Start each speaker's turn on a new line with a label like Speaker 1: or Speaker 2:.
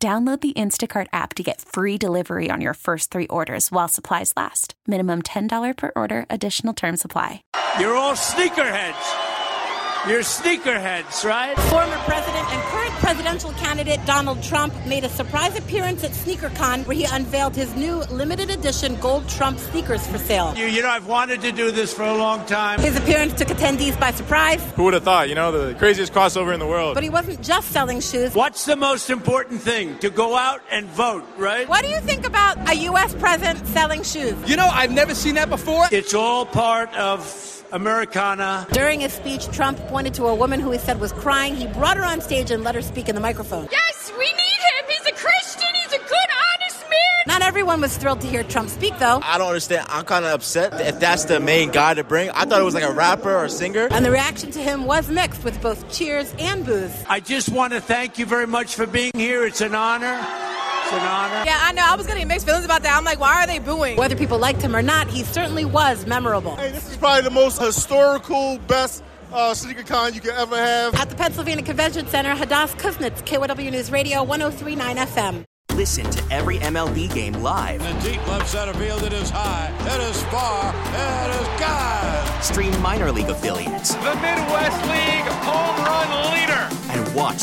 Speaker 1: Download the Instacart app to get free delivery on your first three orders while supplies last. Minimum $10 per order, additional term supply.
Speaker 2: You're all sneakerheads. You're sneakerheads, right?
Speaker 3: Former president and current presidential candidate Donald Trump made a surprise appearance at SneakerCon where he unveiled his new limited edition gold Trump sneakers for sale.
Speaker 2: You, you know, I've wanted to do this for a long time.
Speaker 3: His appearance took attendees by surprise,
Speaker 4: Who would have thought? You know, the craziest crossover in the world.
Speaker 3: but he wasn't just selling shoes.
Speaker 2: What's the most important thing? To go out and vote, right?
Speaker 3: What do you think about a U.S. president selling shoes?
Speaker 5: You know, I've never seen that before.
Speaker 2: It's all part of Americana.
Speaker 3: During his speech, Trump pointed to a woman who he said was crying. He brought her on stage and let her speak in the microphone.
Speaker 6: Yes, we need him. He's a Christian. He's a good, honest man.
Speaker 3: Not everyone was thrilled to hear Trump speak, though.
Speaker 7: I don't understand. I'm kind of upset if that's the main guy to bring. I thought it was like a rapper or a singer.
Speaker 3: And the reaction to him was mixed with both cheers and boos.
Speaker 2: I just want to thank you very much for being here. It's an honor. It's an honor.
Speaker 8: Yeah, I know. I was getting mixed feelings about that. I'm like, why are they booing?
Speaker 3: Whether people liked him or not, he certainly was memorable.
Speaker 9: Hey, this is probably the most historical, best uh, sneaker con you could ever have.
Speaker 3: At the Pennsylvania Convention Center, Hadass Kuznets, KYW News Radio, 1039 FM.
Speaker 10: Listen to every MLB game live.
Speaker 11: The deep left center field, it is high, it is far, it is God.
Speaker 10: Stream minor league affiliates
Speaker 11: The Midwest League home run leader.
Speaker 10: and watch